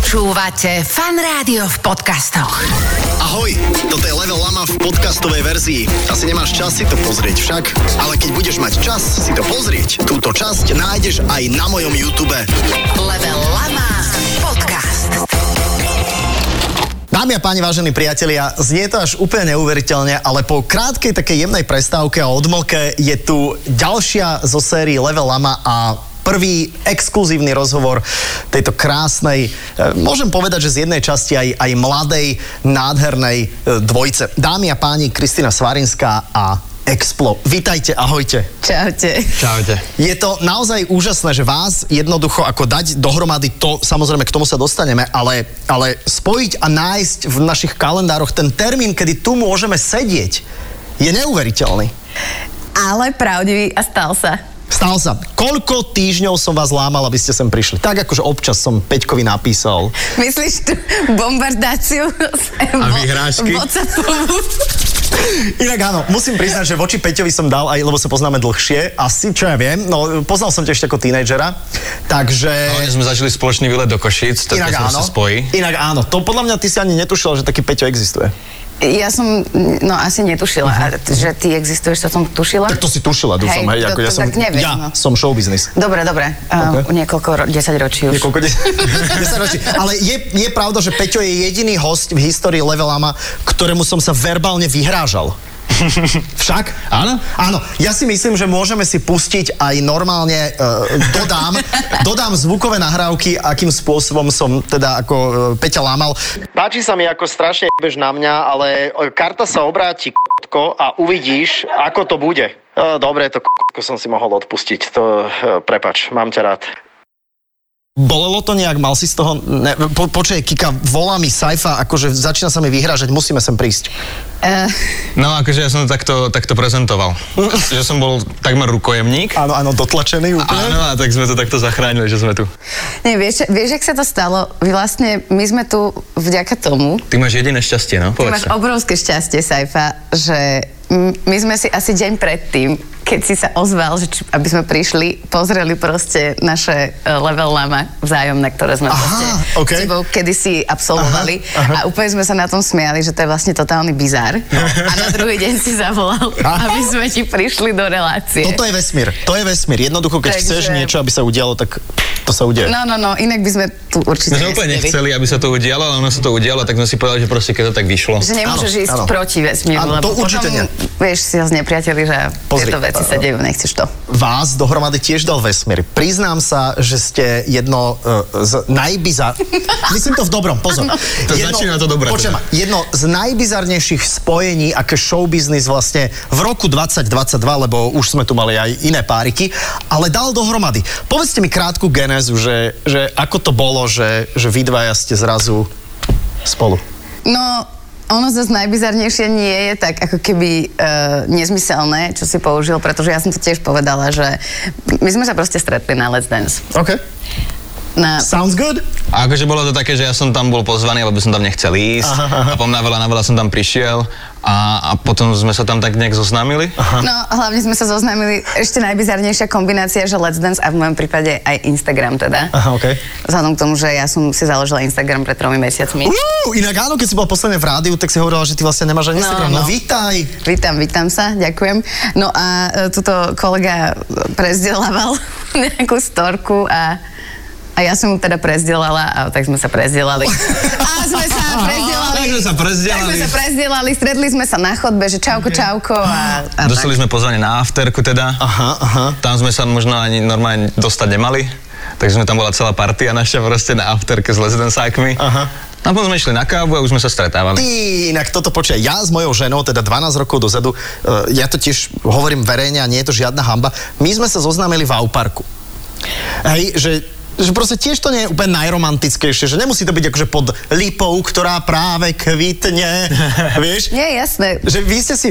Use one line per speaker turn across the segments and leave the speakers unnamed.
Počúvate Fan Rádio v podcastoch.
Ahoj, toto je Level Lama v podcastovej verzii. Asi nemáš čas si to pozrieť však, ale keď budeš mať čas si to pozrieť, túto časť nájdeš aj na mojom YouTube.
Level Lama Podcast.
Dámy a páni, vážení priatelia, znie to až úplne neuveriteľne, ale po krátkej takej jemnej prestávke a odmlke je tu ďalšia zo série Level Lama a prvý exkluzívny rozhovor tejto krásnej, e, môžem povedať, že z jednej časti aj, aj mladej, nádhernej e, dvojce. Dámy a páni, Kristina Svarinská a Explo. Vítajte, ahojte.
Čaute.
Čaute.
Je to naozaj úžasné, že vás jednoducho ako dať dohromady to, samozrejme k tomu sa dostaneme, ale, ale spojiť a nájsť v našich kalendároch ten termín, kedy tu môžeme sedieť, je neuveriteľný.
Ale pravdivý a stal sa.
Stal sa. Koľko týždňov som vás lámal, aby ste sem prišli? Tak akože občas som Peťkovi napísal.
Myslíš tú bombardáciu?
A vyhrážky?
Inak áno, musím priznať, že voči Peťovi som dal aj, lebo sa poznáme dlhšie, asi, čo ja viem, no poznal som ťa ešte ako tínedžera, takže...
Hlavne sme začali spoločný výlet do Košic, tak to sa spojí.
Inak áno, to podľa mňa ty si ani netušil, že taký Peťo existuje.
Ja som, no asi netušila, a t- že ty existuješ, to som tušila.
Mhm. Tak to si tušila, dúfam, hej,
to,
ako ja
to
som,
tak neviem,
ja
no.
som show business.
Dobre, dobre, uh,
Ok.
niekoľko, ro- 10 ročí už.
Niekoľko des- desaťročí. Ale je, je pravda, že Peťo je jediný host v histórii Levelama, ktorému som sa verbálne vyhrážal. Však?
Áno.
Áno, ja si myslím, že môžeme si pustiť aj normálne, e, dodám, dodám zvukové nahrávky, akým spôsobom som teda ako e, Peťa lámal.
Páči sa mi, ako strašne jebeš na mňa, ale e, karta sa obráti k***ko a uvidíš, ako to bude. E, Dobre, to k***ko som si mohol odpustiť. To, e, prepač, mám ťa rád.
Bolelo to nejak, mal si z toho... Ne, po, počuj, Kika, volá mi Saifa, akože začína sa mi vyhrážať, musíme sem prísť.
Uh,
No akože ja som to takto, takto prezentoval. že som bol takmer rukojemník.
Áno, áno, dotlačený úplne.
Áno, a tak sme to takto zachránili, že sme tu.
nie, vieš, vieš, jak sa to stalo? Vy Vlastne, my sme tu vďaka tomu,
Ty máš jediné šťastie, no?
Ty máš
Povedz sa.
obrovské šťastie, Saifa, že m- my sme si asi deň predtým, keď si sa ozval, že či, aby sme prišli, pozreli proste naše e, level lama vzájomné, ktoré sme
Aha,
proste
ok.
s tebou kedysi absolvovali. Aha, aha. A úplne sme sa na tom smiali, že to je vlastne totálny bizár. A na druhý deň si zavolal, aby sme ti prišli do relácie.
Toto je vesmír, to je vesmír. Jednoducho, keď
Takže-
chceš niečo, aby sa udialo, tak to sa udeje.
No, no, no, inak by sme tu určite
My sme úplne
nestihli.
nechceli, aby sa to udialo, ale ono sa to udialo, tak sme si povedali, že proste keď to tak vyšlo.
Že nemôžeš
Áno,
ísť
áno.
proti vesmíru,
Áno, to
lebo
určite nie.
potom, vieš, si ho znepriateli, že
Pozri,
tieto veci sa dejú, nechceš to.
Vás dohromady tiež dal vesmír. Priznám sa, že ste jedno e, z najbizar... Myslím to v dobrom, pozor.
To začína to dobre
Počujem
teda.
ma, jedno z najbizarnejších spojení, aké showbiznis vlastne v roku 2022, lebo už sme tu mali aj iné páriky, ale dal dohromady. Povedzte mi krátku genézu, že, že ako to bolo, že, že vy dvaja ste zrazu spolu.
No, ono zase najbizarnejšie nie je tak ako keby e, nezmyselné, čo si použil, pretože ja som to tiež povedala, že my sme sa proste stretli na Let's Dance.
OK.
Na,
Sounds good?
A akože bolo to také, že ja som tam bol pozvaný, lebo som tam nechcel ísť.
Aha, aha.
A po mňa veľa na veľa som tam prišiel. A, a potom sme sa tam tak nejak zoznámili.
no, hlavne sme sa zoznámili, ešte najbizarnejšia kombinácia, že Let's Dance a v mojom prípade aj Instagram teda.
Aha, OK.
Vzhľadom k tomu, že ja som si založila Instagram pred tromi mesiacmi.
Uú, inak áno, keď si bola posledne v rádiu, tak si hovorila, že ty vlastne nemáš ani
No,
Instagram. No,
no.
vítaj.
Vítam, vítam sa, ďakujem. No a e, tuto kolega prezdelával nejakú storku a, a ja som mu teda prezdelala a tak sme sa prezdelali. A sme sa prezdelali.
Tak sme sa
Tak sme
prezdelali.
sa prezdelali, stretli sme sa na chodbe, že čauko, čauko a, a tak.
Dostali sme pozvanie na afterku teda.
Aha, aha.
Tam sme sa možno ani normálne dostať nemali, takže sme tam bola celá partia naša proste na afterke s lesdensákmi.
Aha.
A potom sme išli na kávu a už sme sa
Ty,
stretávali.
inak toto počuj, ja s mojou ženou, teda 12 rokov dozadu, e, ja to tiež hovorím verejne a nie je to žiadna hamba, my sme sa zoznámili v Auparku. Hej, že že proste tiež to nie je úplne najromantickejšie, že nemusí to byť akože pod lipou, ktorá práve kvitne, vieš?
Nie, jasné.
Že vy ste si,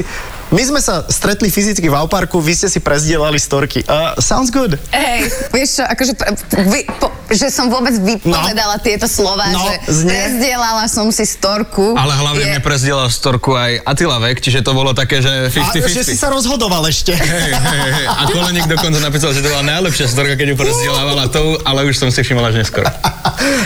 my sme sa stretli fyzicky v Auparku, vy ste si prezdielali storky. Uh, Eh, sounds good.
Hej, vieš čo, akože pr- vy, po, že som vôbec vypovedala no. tieto slova,
No,
že
znie.
prezdielala som si storku.
Ale hlavne
Je-
mne prezdielal storku aj Atila Vek, čiže to bolo také,
A,
že
že si
50-50.
sa rozhodoval ešte.
Hej, hej, hej. A Koleník dokonca napísal, že to bola najlepšia storka, keď ju prezdielávala tou, ale už som si všimol až neskôr.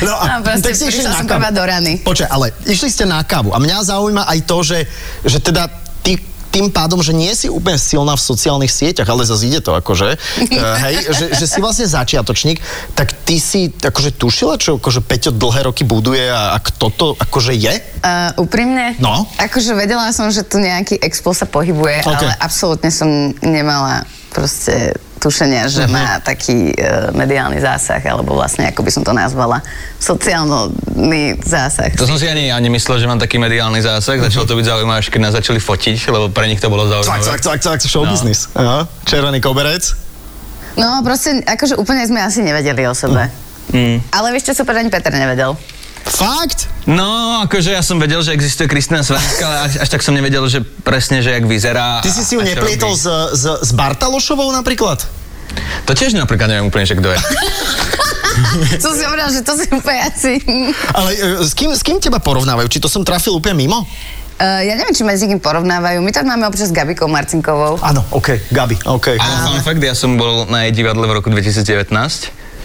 No a
No, proste
tak ste išli na
prišla som
kávu.
prvá do rany.
Počkaj, ale išli ste na kávu a mňa zaujíma aj to, že, že teda ty tým pádom, že nie si úplne silná v sociálnych sieťach, ale zase ide to akože, e, hej, že, že si vlastne začiatočník, tak ty si akože tušila, čo akože Peťo dlhé roky buduje a, a kto to akože je?
Uh, úprimne?
No.
Akože vedela som, že tu nejaký expo sa pohybuje,
Ok.
okay. ale absolútne som nemala proste tušenia, že
Mhm.
uh-huh. má taký uh, mediálny zásah, alebo vlastne, ako by som to nazvala, sociálny zásah.
To som si ani, ani myslel, že mám taký mediálny zásah. Začalo to byť zaujímavé, až keď nás začali fotiť, lebo pre nich to bolo
Cvak,
zaujímavé.
cvak, cvak, cvak, show
No.
business. Aha, červený koberec.
No proste, akože úplne sme asi nevedeli o sebe.
Mm.
Ale vieš, čo super ani Peter nevedel.
Fakt?
No, akože ja som vedel, že existuje Kristina Svenska, ale až, až tak som nevedel, že presne, že jak vyzerá.
Ty si
a-
si ju
a čo
neplietol
robí.
s, s, s Bartalošovou napríklad?
To tiež napríklad neviem úplne, že kto je.
Som si hovoril, že to si úplne asi...
Ale e, s, kým, s kým teba porovnávajú? Či to som trafil úplne mimo?
Uh, ja neviem, či ma s niekým porovnávajú. My tam máme občas s Gabikou Marcinkovou.
Áno, OK, Gabi, OK.
Ale fun fact, ja som bol na jej divadle v roku 2019.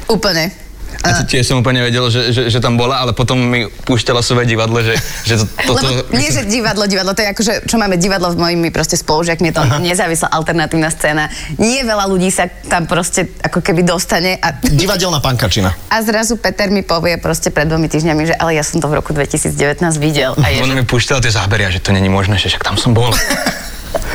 Úplne.
A to tiež som úplne nevedel, že, že, že tam bola, ale potom mi púšťala svoje divadlo, že, že to, toto...
Lebo nie, že divadlo, divadlo, to je akože, čo máme divadlo s mojimi proste spolužiakmi, je to nezávislá alternatívna scéna. Nie veľa ľudí sa tam proste ako keby dostane a
Divadelná pankačina.
a zrazu Peter mi povie proste pred dvomi týždňami, že ale ja som to v roku 2019 videl. A je,
On
že,
mi púšťal tie zábery a že to není možné, že však tam som bol.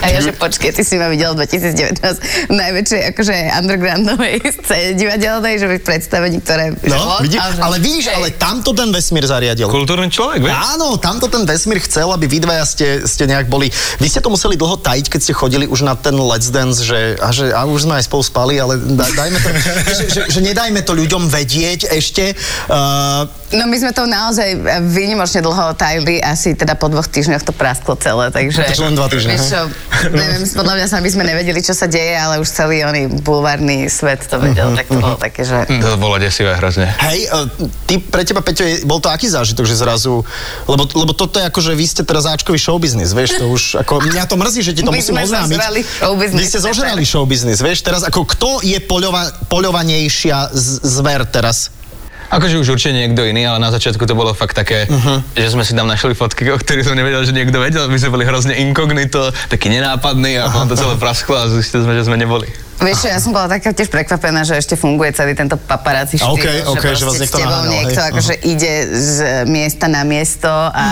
a je, že počkej, ty si ma videl v 2019 v najväčšej akože undergroundovej scéne divadelnej, že by predstavení, ktoré... že
No,
on-
vidí,
a že-
ale vidíš,
Hej.
ale tamto ten vesmír zariadil.
Kultúrny človek, vieš?
Áno, tamto ten vesmír chcel, aby vy dvaja ste, ste nejak boli. Vy ste to museli dlho tajiť, keď ste chodili už na ten Let's Dance, že, a, že, a už sme aj spolu spali, ale da, dajme to, že, že, že nedajme to ľuďom vedieť ešte. Uh,
No my sme to naozaj eh, výnimočne dlho tajili, asi teda po dvoch týždňoch to prasklo celé, takže...
Takže len dva týždne,
Vieš čo, neviem, podľa mňa sami sme nevedeli, čo sa deje, ale už celý oný bulvárny svet to vedel, tak to bolo také, že...
To bolo desivé hrozne.
hej, uh, ty, pre teba, Peťo, je, bol to aký zážitok, že zrazu, lebo, lebo toto je ako, že vy ste teraz áčkový showbiznis, vieš, to už, ako, mňa to mrzí, že ti to
My
musím
sme
oznámiť. Vy
zožrali showbiznis,
ste
Peter.
zožrali showbiznis, vieš, teraz ako, kto je poľova, poľovanejšia z, zver teraz?
Akože už určite niekto iný, ale na začiatku to bolo fakt také, uh-huh.
Mhm.
že sme si tam našli fotky, o ktorých som nevedel, že niekto vedel. My sme boli hrozne inkognito, taký nenápadný a potom to celé prasklo a zistili sme, že sme neboli.
Vieš čo, ja som bola taká tiež prekvapená, že ešte funguje celý tento paparazzi štýl,
OK,
že
OK, že vás
proste s
niekto
tebou
naháňal,
niekto
hej.
akože ide z miesta na miesto a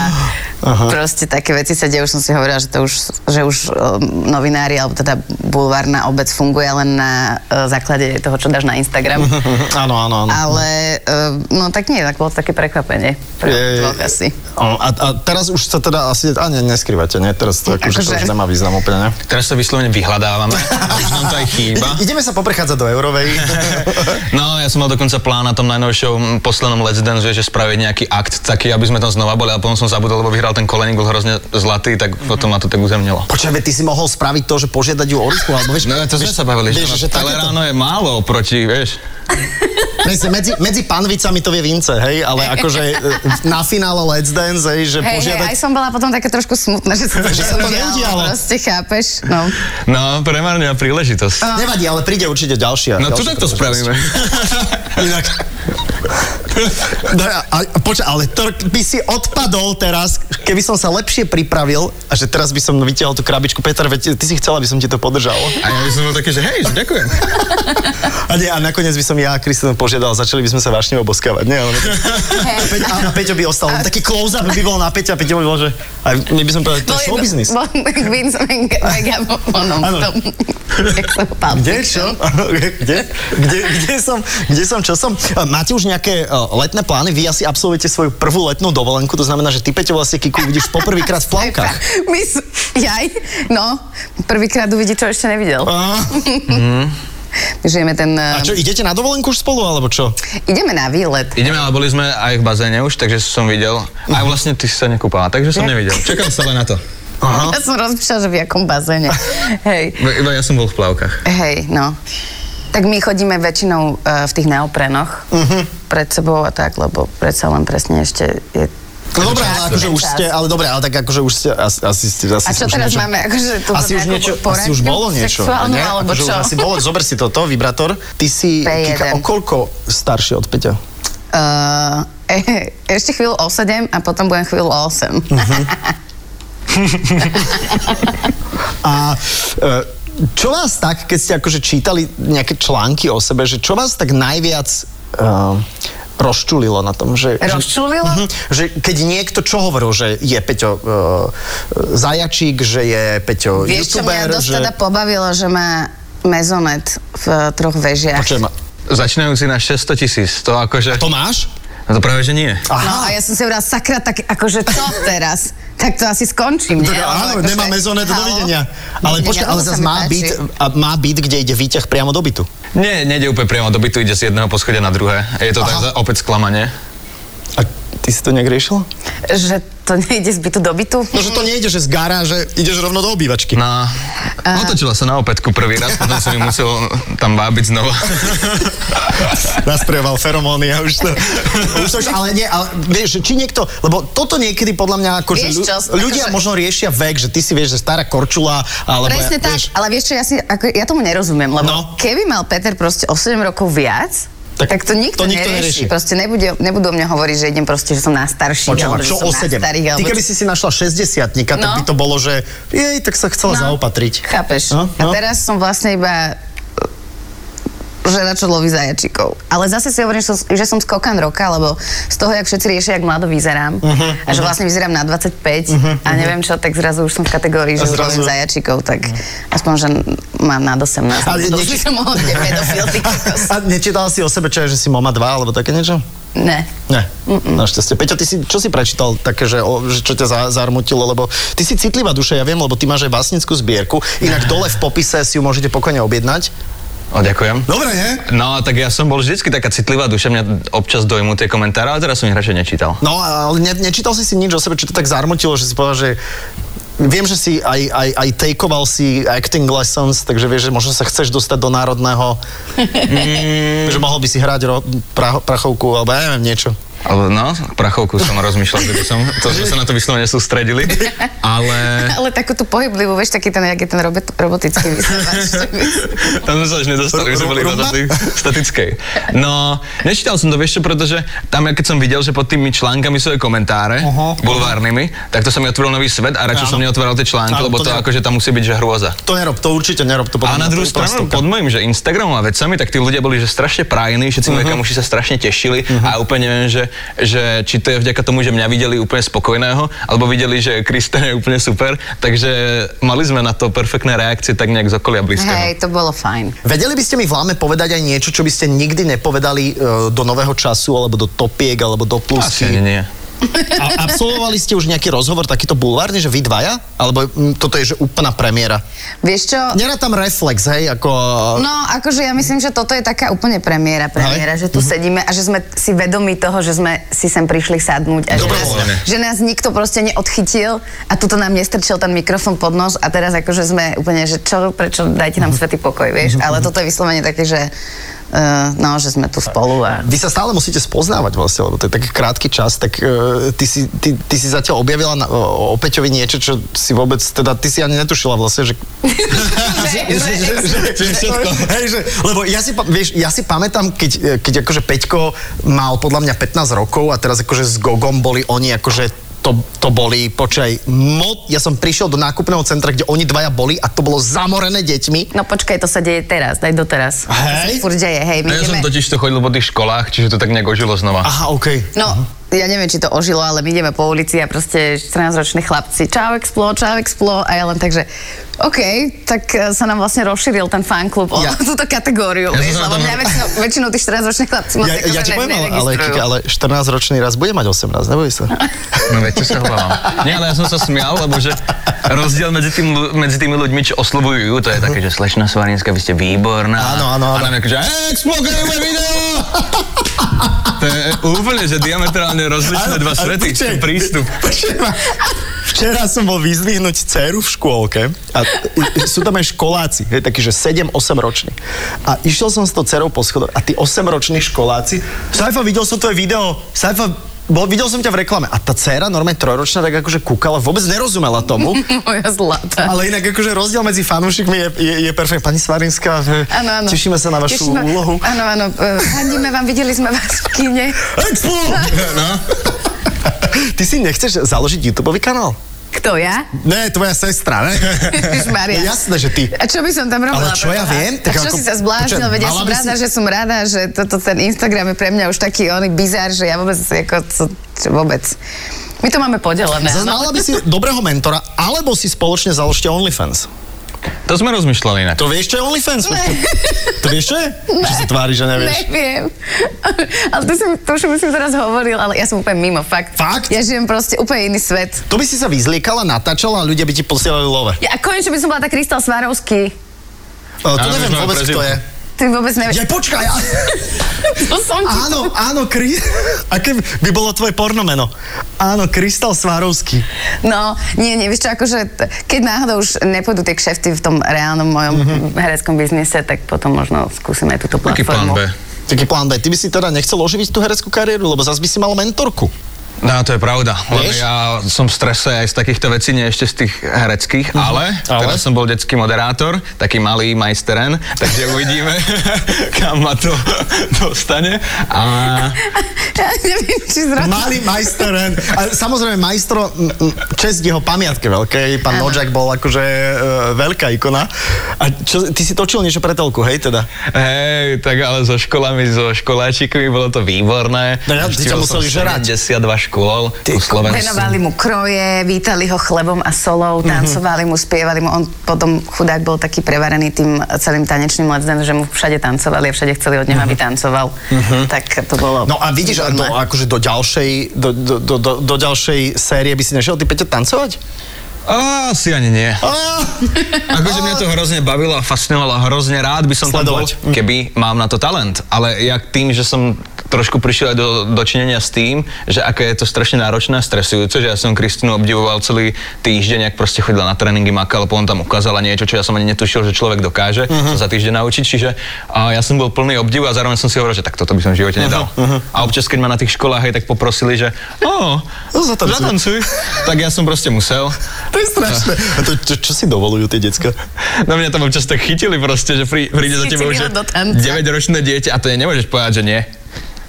Aha.
proste také veci sa dejú, už som si hovorila, že to už, že už um, novinári, alebo teda bulvárna obec funguje len na uh, základe toho, čo dáš na Instagram.
Mhm.
Áno, áno, áno.
Ale, uh, no tak nie, tak bolo to také prekvapenie. Pre
Je-
dvoch asi.
Áno, A, a teraz už sa teda asi... A ne, neskrývate, nie? Teraz to, akože, to
Akože-
už nemá význam úplne, ne?
Teraz sa vyslovene vyhľadávame, už nám to aj chýba.
Ide- Ideme sa poprechádzať do Eurovej.
No, ja som mal dokonca plán na tom najnovšom mm, poslednom Let's Dance, vieš, že spraviť nejaký akt taký, aby sme tam znova boli, ale potom som zabudol, lebo vyhral ten koleník, bol hrozne zlatý, tak potom ma to tak uzemnilo.
Počkaj, veď ty si mohol spraviť to, že požiadať ju o ruku, alebo vieš...
No, to sme
vieš-
sa bavili,
vieš, že
že,
takéto-
ale ráno je málo proti, vieš.
Presne, medzi, medzi panvicami to vie vince, hej, ale akože e, na finále Let's Dance, hej, že
Hej, hej,
požiadať...
aj som bola potom také trošku smutná, že sa to,
Že sa to neudialo.
Proste chápeš, no.
No, premárne príležitosť.
Nevadí, ale príde určite ďalšia.
No, tu
ďalšia
takto
príležitosť.
spravíme.
Inak... No, a, a, poča, ale to by si odpadol teraz, keby som sa lepšie pripravil a že teraz by som vytiahol tú krabičku. Peter, veď ty si chcel, aby som ti to podržal.
A ja by som bol taký, že hej, že ďakujem.
A, nie, a nakoniec by som ja a Kristian požiadal, začali by sme sa vášne oboskávať. Nie, ale... Peť, a, a Peťo by ostal, len taký close-up by bol na Peťa a Peťo by bol, že... A my by som povedal, to je show business.
Bol Vince megafonom v
Áno.
tom, jak sa ho Pulp
Kde, čo?
Fiction.
Kde, kde, kde, som, kde som, čo som? E, Máte už nejaké e, letné plány? Vy asi absolvujete svoju prvú letnú dovolenku, to znamená, že ty, Peťo, vlastne Kiku vidíš poprvýkrát v plavkách.
My s... Jaj, no, prvýkrát uvidí, čo ešte nevidel.
A,
My žijeme ten... um,
a čo, idete na dovolenku už spolu, alebo čo?
Ideme na výlet.
Ideme, ale boli sme aj v bazéne už, takže som videl. Aj vlastne ty si sa nekúpala, takže som nevidel. Čakal sa len na to.
Aha.
Ja som rozmýšľala, že v jakom bazéne. Hej,
Iba ja som bol v plavkách.
hej, no. Tak my chodíme väčšinou eh, v tých neoprenoch uh-huh.
Mhm.
pred sebou a tak, lebo predsa len presne ešte je...
No dobré, ale
Čas,
akože
je
už
čas.
ste, ale dobré, ale tak akože už ste, asi, asi ste, asi
A čo
ste už
teraz
niečo-
máme, akože tu
asi už
nejakú
niečo, asi
poradňu
už bolo niečo.
sexuálnu,
ne?
alebo
akože
čo?
Už asi bolo, zober si toto, vibrátor. Ty si,
P1.
Kika, o koľko starší od Peťa?
Eh, e- ešte chvíľu o 7 a potom budem chvíľu o 8.
Mhm. A e, čo vás tak, keď ste akože čítali nejaké články o sebe, že čo vás tak najviac e, rozčulilo na tom, že... že-
Rozčulilo?
Mhm, že keď niekto čo hovoril, že je Peťo uh, zajačík, že je Peťo
Vieš, čo mňa
youtuber,
dosť
že...
teda pobavilo, že má mezonet v eh, troch vežiach.
Počujem, a
Začínajúci na 600 tisíc, to akože...
to máš?
No to práve, že nie.
No a ja som si hovorila, sakra, tak akože čo teraz? Tak to asi skončím, nie?
Teda,
Lebo
áno,
akože-
nemá mezonet,
Halo?
dovidenia. Ale
Dovidenia,
počkaj, ale
to sa
zase
mi
má
páči.
byt, a má byt, kde ide výťah priamo do bytu.
Nie, nejde úplne priamo do bytu, ide z jedného poschodia na druhé. Je to tak
Aha.
za- opäť sklamanie.
A ty si to nejak riešil?
Že to nejde z bytu do bytu?
No, že to nejde, že z garáže ideš rovno do obývačky.
No, otočila sa na opätku prvý raz, potom som ju musel tam bábiť znova.
Nasprejoval feromóny a už to... už to ale nie, ale vieš, že či niekto... Lebo toto niekedy podľa mňa ako, že
Vieš čo,
ľu- ľudia
akože-
možno riešia vek, že ty si vieš, že stará korčula, alebo...
Presne
ja,
tak,
Vieš,
ale vieš čo, ja, si, ako, ja tomu nerozumiem, lebo
No.
no. keby mal Peter proste o 7 rokov viac, tak, tak to nikto,
to nikto nerieši.
nerieši. Proste nebude, nebudú o mne hovoriť, že idem proste, že som na starších,
Počúva,
alebo že
čo o
som na
7?
starých,
Ty
alebo
keby si si našla 60 tak
No.
by to bolo, že jej, tak sa chcela zaopatriť.
Chápeš.
No, no.
A teraz som vlastne iba eh, žerač od lovy zajačikov. Ale zase si hovorím, že som, že som skokan roka, lebo z toho, jak všetci riešia, jak mlado vyzerám,
Mhm,
uh-huh, a že vlastne vyzerám na 25 uh-huh, a neviem čo, tak zrazu už som v kategórii,
A
že
zrazu-
už
Mhm.
lovím zajačikov, tak aspoň, že mám na 18.
Ale
Ale to už
nie-
by som mohol byť pedofil, ty kokos.
A nečítala si o sebe, čo je, že si mama 2 alebo také niečo?
Ne.
Ne, našťastie. Peťo, ty si, čo si prečítal také, že, o, že čo ťa za, zarmutilo, lebo ty si citlivá duša, ja viem, lebo ty máš aj básnickú zbierku, inak dole v popise si ju môžete pokojne objednať.
O, ďakujem.
Dobre, nie?
No, tak ja som bol vždycky taká citlivá duša, mňa občas dojmu tie komentáre, ale teraz som ich radšej nečítal.
No, ale ne, nečítal si si nič o sebe, čo to tak zarmutilo, že si povedal, že Viem, že si aj, aj, aj takeoval si acting lessons, takže vieš, že možno sa chceš dostať do národného, mm. že mohol by si hrať ro, pra, prachovku, alebo ja neviem, niečo.
Ale no, prachovku som rozmýšľal, že by som, to sme sa na to vyslovene sústredili, ale
Ale takú tú pohyblivú, vieš, taký ten, jak je ten robot, robotický vysávač. to by-
tam sme sa až nedostali, že boli
Ro-
na
rovna?
tej statickej. No, nečítal som to, vieš čo, pretože tam, ja keď som videl, že pod tými článkami sú aj komentáre,
Aha.
bulvárnymi, tak to sa mi otvoril nový svet a radšej
Áno.
som neotváral tie články,
Áno,
lebo
to
to
ne-
akože tam musí byť, že hrôza.
To nerob, to určite nerob. To podľa
A na
mňa
druhú
to je úplná
stranu,
stovka.
pod mojim, že Instagramom a vecami, tak tí ľudia boli, že strašne prajní, všetci moji kamoši sa strašne tešili a úplne neviem, že, že či to je vďaka tomu, že mňa videli úplne spokojného, alebo videli, že Kristen je úplne super, takže mali sme na to perfektné reakcie tak nejak z okolia blízkeho.
Hej, to bolo fajn.
Vedeli by ste mi v Láme povedať aj niečo, čo by ste nikdy nepovedali e, do nového času, alebo do topiek, alebo do
Asi ani
plusky?
nie.
A absolvovali ste už nejaký rozhovor takýto bulvárny, že vy dvaja? Alebo mm, toto je že úplná premiéra?
Vieš čo?
Nerad tam reflex, hej, ako...
No, akože ja myslím, že toto je taká úplne premiéra, premiéra,
Hej.
že
Mhm.
tu sedíme a že sme si vedomi toho, že sme si sem prišli sadnúť a že nás,
Dobrovoľne.
že nás nikto proste neodchytil a tuto nám nestrčil ten mikrofón pod nos a teraz akože sme úplne, že čo, prečo, dajte
Mhm.
nám svetý pokoj, vieš, ale toto je vyslovene také, že uh, no, že sme tu spolu a...
Vy sa stále musíte spoznávať vlastne, lebo to je taký krátky čas, tak e, ty, si, ty, ty si zatiaľ objavila na, o, o Peťovi niečo, čo si vôbec, teda ty si ani netušila vlastne, že... že, že, že, že všetko. Hej, že, lebo ja si, pa- vieš, ja si pamätám, keď, e, keď akože Peťko mal podľa mňa 15 rokov a teraz akože s Gogom boli oni akože to, to boli, počkaj, mod, ja som prišiel do nákupného centra, kde oni dvaja boli a to bolo zamorené deťmi.
No počkaj, to sa deje teraz, daj doteraz.
Hej.
To sa furt deje, hej, my
No ja som
ideme-
totiž to chodil po tých školách, čiže to tak nejak ožilo znova.
Aha, okej. Okay.
No, ja neviem, či to ožilo, ale my ideme po ulici a proste 14-roční chlapci, čau Explo, čau Explo a ja len takže, OK, tak e, sa nám vlastne rozšíril ten fanklub o
Ja-
ja. túto kategóriu,
Ja
ja vieš,
som
lebo
sa na tom-
mňa väčšinou, väčšinou tí 14-ročných chlapci moc
Ja,
akože
ja ti
ne-
poviem, ale, ale,
neregistrujú.
Kika, ale 14-ročný raz bude mať 18, neboj sa.
No viete, sa hlavám. Nie, ale ja som sa smial, lebo že rozdiel medzi, tým, ľu- medzi tými ľuďmi, čo oslovujú, to je také, že slečna Svarínska, vy ste výborná.
Áno, áno,
A
áno.
nám je akože, "Ex, blokujeme video! To je úplne, že diametrálne
Áno,
rozličné dva
ale
svety,
počkaj,
prístup.
počkaj ma. Včera som bol vyzvihnúť dceru v škôlke a i- sú tam aj školáci, hej, takí, že 7-8 roční. A išiel som s tou dcerou po schodoch a tí 8 roční školáci, Sajfa, videl som tvoje video, Sajfa, bol, videl som ťa v reklame. A tá dcera, normálne trojročná, tak akože kúkala, vôbec nerozumela tomu.
Moja zlatá.
Ale inak akože rozdiel medzi fanúšikmi je, je, je perfekt. Pani Svarinská,
Áno, áno.
tešíme sa na vašu
Tešíme-
úlohu.
Áno, áno. eh, Fandíme vám, videli sme vás v kine.
Expo!
No.
Ty si nechceš založiť YouTube kanál?
Kto ja?
Ne, tvoja sestra, ne?
Ježišmaria.
No jasné, že ty.
A čo by som tam
Ale
robila?
čo ja
pre Boha?
viem,
A
tak
čo
ako-
si sa zbláznil,
Počkaj,
veď ja
mala
som
by
rada,
si-
že som rada, že toto, ten Instagram je pre mňa už taký oný bizar, že ja vôbec, ako, co, čo, vôbec. My to máme podelené.
Zas
áno.
mala by si dobrého mentora, alebo si spoločne založte OnlyFans.
To sme rozmýšľali inak.
To vieš, čo je OnlyFans?
Ne.
To vieš, čo je? Že si tvári, že nevieš.
Neviem. Ale to, som, to už by som teraz hovoril, ale ja som úplne mimo, fakt.
Fakt?
Ja žijem proste úplne iný svet.
To by si sa vyzliekala, natáčala a ľudia by ti posielali love.
Ja a konečne by som bola tá Kristal Svarovský.
O, to
Áno,
neviem
už máme
vôbec, kto
prezivku.
je.
Ty vôbec
Ja,
nevieš.
počkaj, á-
To som ti
áno, áno, Kri... Aké by bolo tvoje pornomeno? Áno, Kristal Svárovský.
No, nie, nie, vieš čo, akože t- keď náhodou už nepôjdu tie kšefty v tom reálnom mojom
Mhm.
mm-hmm. hereckom biznise, tak potom možno skúsim aj túto
Taký
no.
platformu.
plán B.
Taký plán B. Ty by si teda nechcel oživiť tú hereckú kariéru, lebo zas by si mal mentorku.
No, to je pravda, lebo
Vieš?
ja som v strese aj z takýchto vecí, nie ešte z tých hereckých,
Mhm.
ale,
Ale?
ale teraz som bol detský moderátor, taký malý majsteren, takže uvidíme, kam ma to dostane. A
Ja neviem, či zrovna...
Malý majsteren. A samozrejme, majstro, m, m, čest jeho pamiatke veľkej, pán
Áno.
Nožak bol akože e, veľká ikona. A čo, ty si točil niečo pre telku, hej teda?
Hej, tak ale so školami, so školáčikmi bolo to výborné.
No ja, ty ťa
Navštívil
museli
som
žrať.
72 škôl
Ty
po Slovensku.
Venovali mu kroje, vítali ho chlebom a solou,
Mhm.
tancovali mu, spievali mu. On potom chudák bol taký prevarený tým celým tanečným let's že mu všade tancovali a všade chceli od neho, aby tancoval. Tak to
Mhm.
bolo...
No a vidíš, a do,
výborné.
akože do ďalšej, do, do, do, do, do ďalšej série by si nešiel ty Peťo tancovať?
Á, Asi ani nie.
Á,
Akože mňa to hrozne bavilo a fascinovalo a hrozne rád by som
Sledovať.
tam bol, keby mám na to talent. Ale ja tým, že som trošku prišiel aj do, do činenia s tým, že aké je to strašne náročné a stresujúce, že ja som Kristinu obdivoval celý týždeň, ak proste chodila na tréningy, makala, potom tam ukázala niečo, čo ja som ani netušil, že človek dokáže uh-huh. sa za týždeň naučiť, čiže a ja som bol plný obdivu a zároveň som si hovoril, že tak toto by som v živote nedal. Uh-huh. A občas, keď ma na tých školách aj tak poprosili, že o,
No, zatancuj."
zatancuj, tak ja som proste musel.
to je strašné. A to, čo, čo si dovolujú tie decka?
No mňa tam občas tak chytili proste, že prí, príde za
Si
tebou,
cítila
že
do tanca.
9-ročné dieťa a to je nemôžeš povedať, že nie.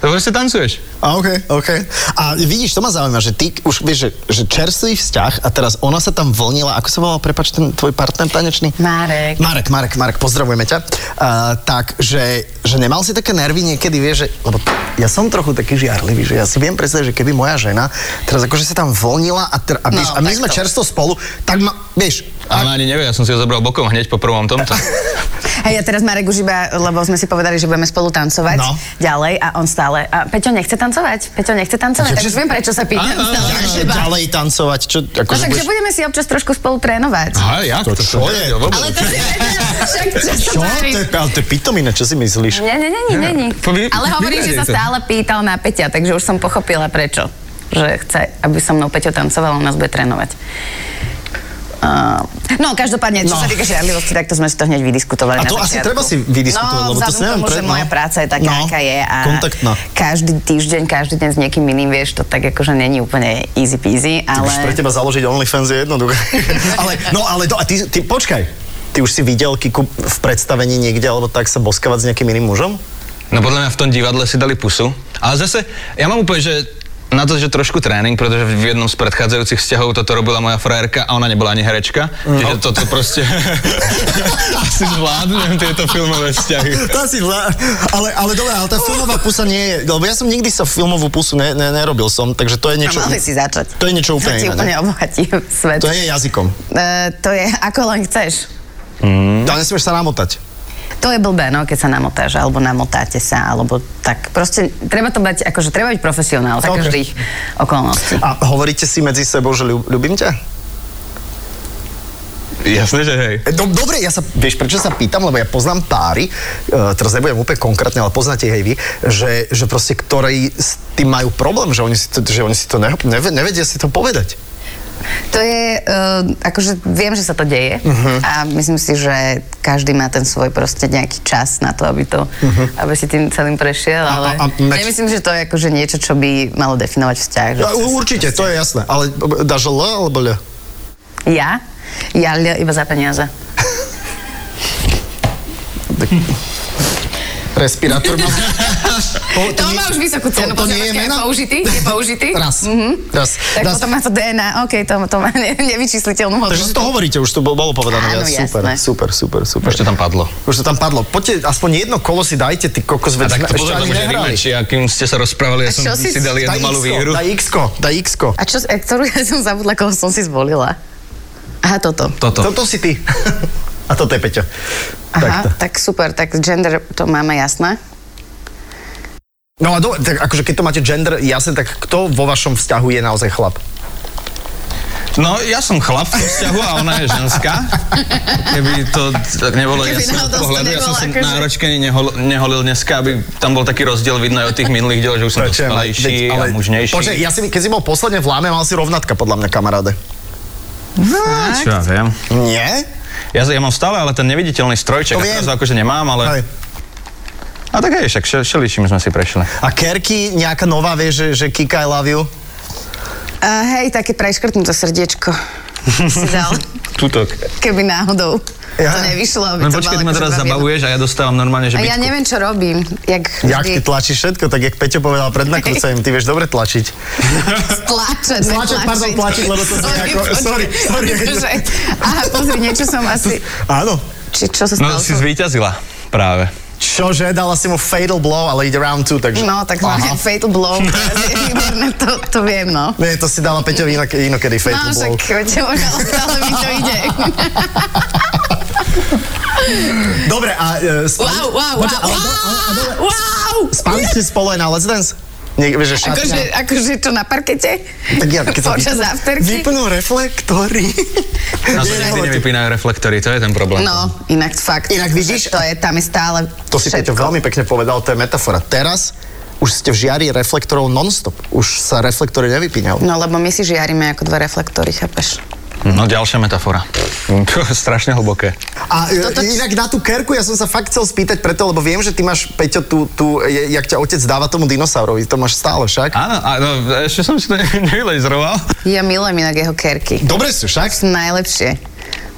To proste tancuješ.
A OK, OK. A vidíš, to ma zaujíma, že ty už vieš, že, že čerstvý vzťah a teraz ona sa tam vlnila, ako sa volal, prepač, ten tvoj partner tanečný?
Marek.
Marek, Marek, Marek, pozdravujeme ťa. Uh, tak, že, že nemal si také nervy niekedy, vieš, že, lebo ja som trochu taký žiarlivý, že ja si viem predstaviť, že keby moja žena teraz akože sa tam vlnila a, tr- a, vieš, a
No,
my
takto.
sme čerstvo spolu, tak ma, vieš,
A ona ani nevie, ja som si ho zobral bokom hneď po prvom tomto.
Hej, ja teraz Marek už iba, lebo sme si povedali, že budeme spolu tancovať
No.
ďalej a on stále, a Peťo nechce tancovať, Peťo nechce tancovať, tak už viem, prečo sa pýtam
Áno,
stále na
takže
teba.
ďalej tancovať, čo,
No
akože
tak, že
budeš...
budeme si občas trošku spolu trénovať.
Aha, jak?
To čo
som
je?
nevedel vôbec.
Ale to si vedela, však čo sa
Čo? To
bavíš?
je, ale to je pitomina, čo si myslíš?
Nie, nie, nie, nie, nie, nie.
To vy-
Ale hovorím, že sa
vyhľadej to.
stále pýtal na Peťa, takže už som pochopila prečo. Že chce, aby so mnou Peťo tancoval, on nás bude trénovať. Uh, no, každopádne, čo
No.
sa týka žiarlivosti, tak to sme si to hneď vydiskutovali.
A
na
to asi
začiatku.
treba si vydiskutovať,
no,
lebo to
vzhľadom
si neviem
tomu, že
pred- no.
moja práca je taká,
No,
aká je a
kontaktná.
každý týždeň, každý deň s niekým iným, vieš, to tak akože není úplne easy peasy, ale...
Už pre teba založiť OnlyFans je jednoduché. ale, no ale to, a ty, ty, počkaj, ty už si videl Kiku v predstavení niekde, alebo tak sa boskavať s nejakým iným mužom?
No podľa mňa v tom divadle si dali pusu. Ale zase, ja mám úplne, že na to, že trošku tréning, pretože v jednom z predchádzajúcich vzťahov toto robila moja frajerka a ona nebola ani herečka. Čiže toto proste No. asi zvládnem tieto filmové vzťahy.
To asi zlá, ale, ale dobre, ale tá filmová pusa nie je, lebo ja som nikdy sa filmovú pusu ne, ne, nerobil som, takže to je
A
niečo,
mali si začať.
to je niečo
To
úplne
ti
iné.
úplne
ne?
obohatí svet.
To je jazykom.
Eh, to je ako len chceš.
Mm. Ale nesmieš sa namotať.
To je blbé, no, keď sa namotáš, alebo namotáte sa, alebo tak. Proste treba to brať, akože treba byť profesionál za
Ok.
každých okolností.
A hovoríte si medzi sebou, že ľu- ľubím ťa?
Jasné, že hej.
No, dobre, ja sa, vieš, prečo sa pýtam, lebo ja poznám páry, uh, teraz nebudem úplne konkrétne, ale poznáte ich aj vy, že, že proste, ktorí s tým majú problém, že oni si to, že oni si to ne, neve- nevedia si to povedať.
To je, uh, akože viem, že sa to deje
Mhm.
uh-huh. a myslím si, že každý má ten svoj proste nejaký čas na to, aby to, uh-huh. aby si tým celým prešiel,
Mhm.
ale
a- a meč-
nemyslím, že to je akože niečo, čo by malo definovať vzťah. Že
Ja, u- určite, to je jasné, ale b- dáš L alebo L?
Ja? Ja lia iba za peniaze.
Respirátor má... Po,
To má už vysokú cenu,
to, to nie je
počkaj,
mena?
je použitý? Je použitý?
Raz,
Mhm.
raz,
Tak
raz.
potom má to DNA, OK, to, to má ne, nevyčísliteľnú
Takže si to
hodnotu.
hovoríte, už to bolo bolo povedané.
Áno,
viac. super,
jasné.
super, super, super.
Už to tam padlo.
Už to tam padlo. Poďte, aspoň jedno kolo si dajte, ty kokos, veď
A tak
sme
to
ešte
pozor,
ani
tomu, že
nehrali.
ríme, či akým ste sa rozprávali, ja
A
som
čo si-
si dal jednu
Daj
malú
X-ko,
výhru.
Daj x daj x
A čo, e, ktorú ja som zabudla, koho som si zvolila? Aha, toto.
Toto.
Toto si ty. A toto je Peťo.
Aha,
Takto.
tak super, tak gender to máme jasné.
No a do, tak akože keď to máte gender jasne, tak kto vo vašom vzťahu je naozaj chlap?
No, ja som chlap v tom vzťahu a ona je ženská. Keby to tak nebolo
Keby
jasné
náhodou
od
to
pohľadu, ja som
nebolo
sa
akože-
náročke nehol, neholil dneska, aby tam bol taký rozdiel vidno aj od tých minulých diel, že už som
To je,
dospelejší
veď,
a mužnejší.
Počkaj, ja si, keď si bol posledne v láme, mal si rovnatka, podľa mňa, kamaráde.
no, čo ja viem.
Nie?
Ja, ja mám stále, ale ten neviditeľný
To
strojček, a
viem.
teraz ho akože nemám, ale...
Hej.
A tak aj, však šel- šeličím sme si prešli.
A Kerky, nejaká nová, vieš, že, že Kika I love you?
Uh, hej, také preškrtnuté srdiečko si dal,
Tutok.
keby náhodou
Ja?
ja. to nevyšlo. aby
No
to
počkej, ty
bolo
ma
akože
teraz
dva v jednom.
zabavuješ a ja dostávam normálne,
A
že
ja
bytku.
neviem, čo robím. Jak,
Jak
vždy
ty tlačíš všetko, tak jak Peťo povedal pred nakrúcaním, ty vieš dobre tlačiť.
Tlačať,
Tlačať,
netlačiť.
pardon, tlačiť, lebo to
Sorry,
znie ako-
počkaj.
sorry, sorry.
Pretože- Aha, pozri, niečo som asi...
Áno.
Či čo sa stalo?
No, si zvíťazila práve.
Čože, dala si mu fatal blow, ale ide round two, takže...
No, tak hlavne Fatal Blow, teraz je výborné, to, to viem, no.
Nie, to si dala Peťovi inak, inokedy
No,
fatal blow.
však, čo, ale mi to ide.
Dobre, a e, spali,
Wow, wow, wow,
Počkaj, ale do-
wow, wow!
spali ste spolu aj na Let's Dance? Nie, vieš, že šatňa.
Akože, akože čo na parkete?
tak ja, keď sa
Počas
vypnú-
afterky?
Vypnú reflektory.
Na
Nie,
to nikdy
ale-
nevypínajú reflektory, to je ten problém.
No, inak fakt.
Inak vidíš-
To je, tam je stále
To si Peťo
všetko.
veľmi pekne povedal, to je metafora. Teraz už ste v žiari reflektorov non-stop. Už sa reflektory nevypínajú.
No, lebo my si žiaríme ako dva reflektory, chápeš?
No, ďalšia metafora. To je strašne hlboké.
A e, inak na tú kerku ja som sa fakt chcel spýtať preto, lebo viem, že ty máš, Peťo, tu, tu je, jak ťa otec dáva tomu dinosaurovi, to máš stále však.
Áno, áno, ešte som si to ne- nevylejzroval.
Ja milujem inak jeho kerky.
Dobre sú však.
Sú najlepšie.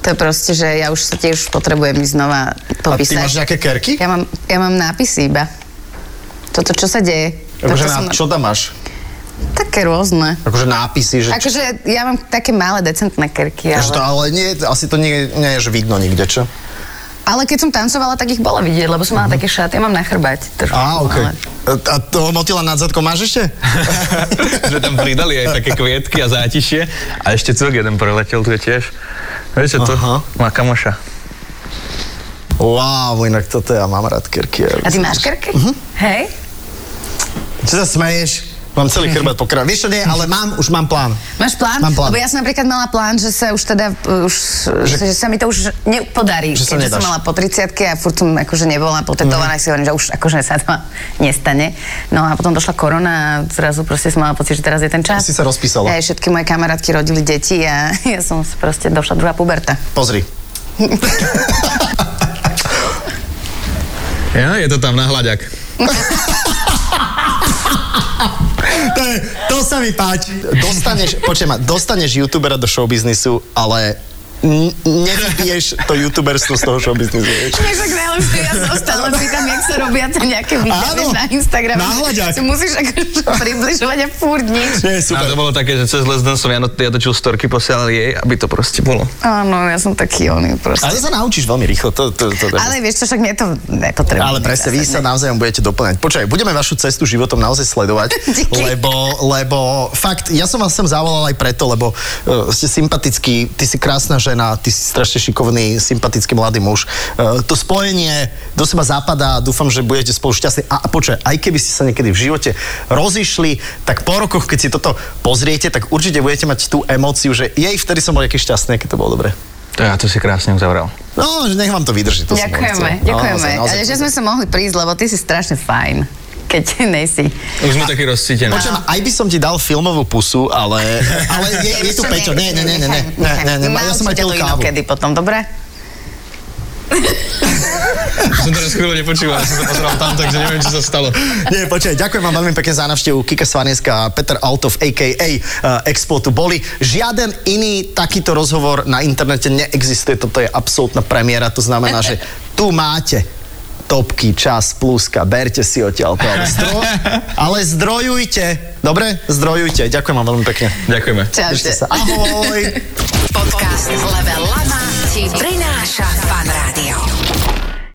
To je proste, že ja už sa tiež potrebujem ísť
A
znova
ty
popísať.
máš nejaké kerky?
Ja mám, ja mám nápisy iba. Toto, čo sa deje.
Akože
Toto
na,
som-
čo tam máš?
Také rôzne.
Akože nápisy, že...
Akože ja mám také malé, decentné
Takže
kerky,
Akože to,
ale,
ale nie, asi to nie, nie je, že vidno nikde, čo?
ale keď som tancovala, tak ich bolo vidieť, lebo som mala také šaty. Ja mám na chrbáte trošku.
Mhm. Á, OK.
ale-
A toho motila nad zadkom máš ešte?
že tam pridali aj také kvietky a zátišie. A ešte celk jeden preletel tu je tiež. Viete, to
Aha.
má kamoša.
Wow, inak toto ja mám rád kerky.
A ty máš kerky?
Mhm.
Hej?
Čo sa smeješ? Mám celý chrbát pokrát. Vieš čo nie, ale mám, už mám plán.
Máš plán?
Mám plán.
Lebo ja som napríklad mala plán, že sa už teda, uh, už, že, že sa mi to už
Že
nepodarí.
sa
keďže som
nedáš. Mhm.
mala po 30 a furt som akože nebola potetovaná, si hovorím, že už akože sa to nestane. No a potom došla korona a zrazu proste som mala pocit, že teraz je ten čas.
Si sa rozpísala.
Aj všetky moje kamarátky rodili deti a ja som si proste došla druhá puberta.
Pozri.
Ja, je to tam na hľaďak.
To, je, to sa mi páči. Dostaneš, počujem ma, dostaneš youtubera do showbiznisu, ale n- nevybiješ to youtuberstvo z toho showbiznisu. vieš.
Nie, však najlepšie, ja sa stále pýtam, jak sa robia tie nejaké
Áno,
výkony na Instagrame.
na hľadák.
Si musíš akože približovať a furt nič.
Nie,
No,
super.
to bolo také, že cez Les Dance som ja, not- ja točil storky, posielal jej, aby to proste bolo.
Áno, ja som taký oný proste.
Ale sa naučíš veľmi rýchlo. To, to, to, to,
Ale vieš čo, však mne to nepotrebuje.
Ale presne, vy sa navzájom budete doplňať. Počkaj, budeme vašu cestu životom naozaj sledovať,
Díky.
lebo, lebo fakt, ja som vás sem zavolal aj preto, lebo uh, ste sympatický, ty si krásna žena, ty si strašne šikovný, sympatický mladý muž. Uh, to spojenie do seba zapadá, dúfam, že budete spolu šťastní. A, a počkaj, aj keby ste sa niekedy v živote rozišli, tak po rokoch, keď si toto pozriete, tak určite budete mať tú emóciu, že jej vtedy som bol nejaký šťastný, keď to bolo dobre.
To ja to si krásne uzavrel.
No, že nech vám to vydrží. To som chcel.
Ďakujeme,
No,
ďakujeme.
naozaj, naozaj.
Ale že sme sa mohli prísť, lebo ty si strašne fajn, keď nejsi.
Už sme takí rozcítení.
Počujem, aj by som ti dal filmovú pusu, ale, ale je, je tu Peťo. Ne, ne, ne, ne, ne, ne, ne, ne, ja som aj
Naučite
pil
to
kávu.
inokedy potom, dobre?
Som teraz chvíľu nepočúval, ja som sa pozeral tam, takže neviem, čo sa stalo.
Nie, počkaj, ďakujem vám veľmi pekne za návštevu. Kika Svaneska a Peter Altov, a.k.a. eh, Expo tu boli. Žiaden iný takýto rozhovor na internete neexistuje. Toto je absolútna premiéra. To znamená, že tu máte topky, čas, pluska, berte si odtiaľ to, ale, zdro, ale zdrojujte, dobre? Zdrojujte, ďakujem vám veľmi pekne.
Ďakujeme.
Čaute.
Držte sa. Ahoj!
Podcast Level Lama ti prináša Fan Rádio.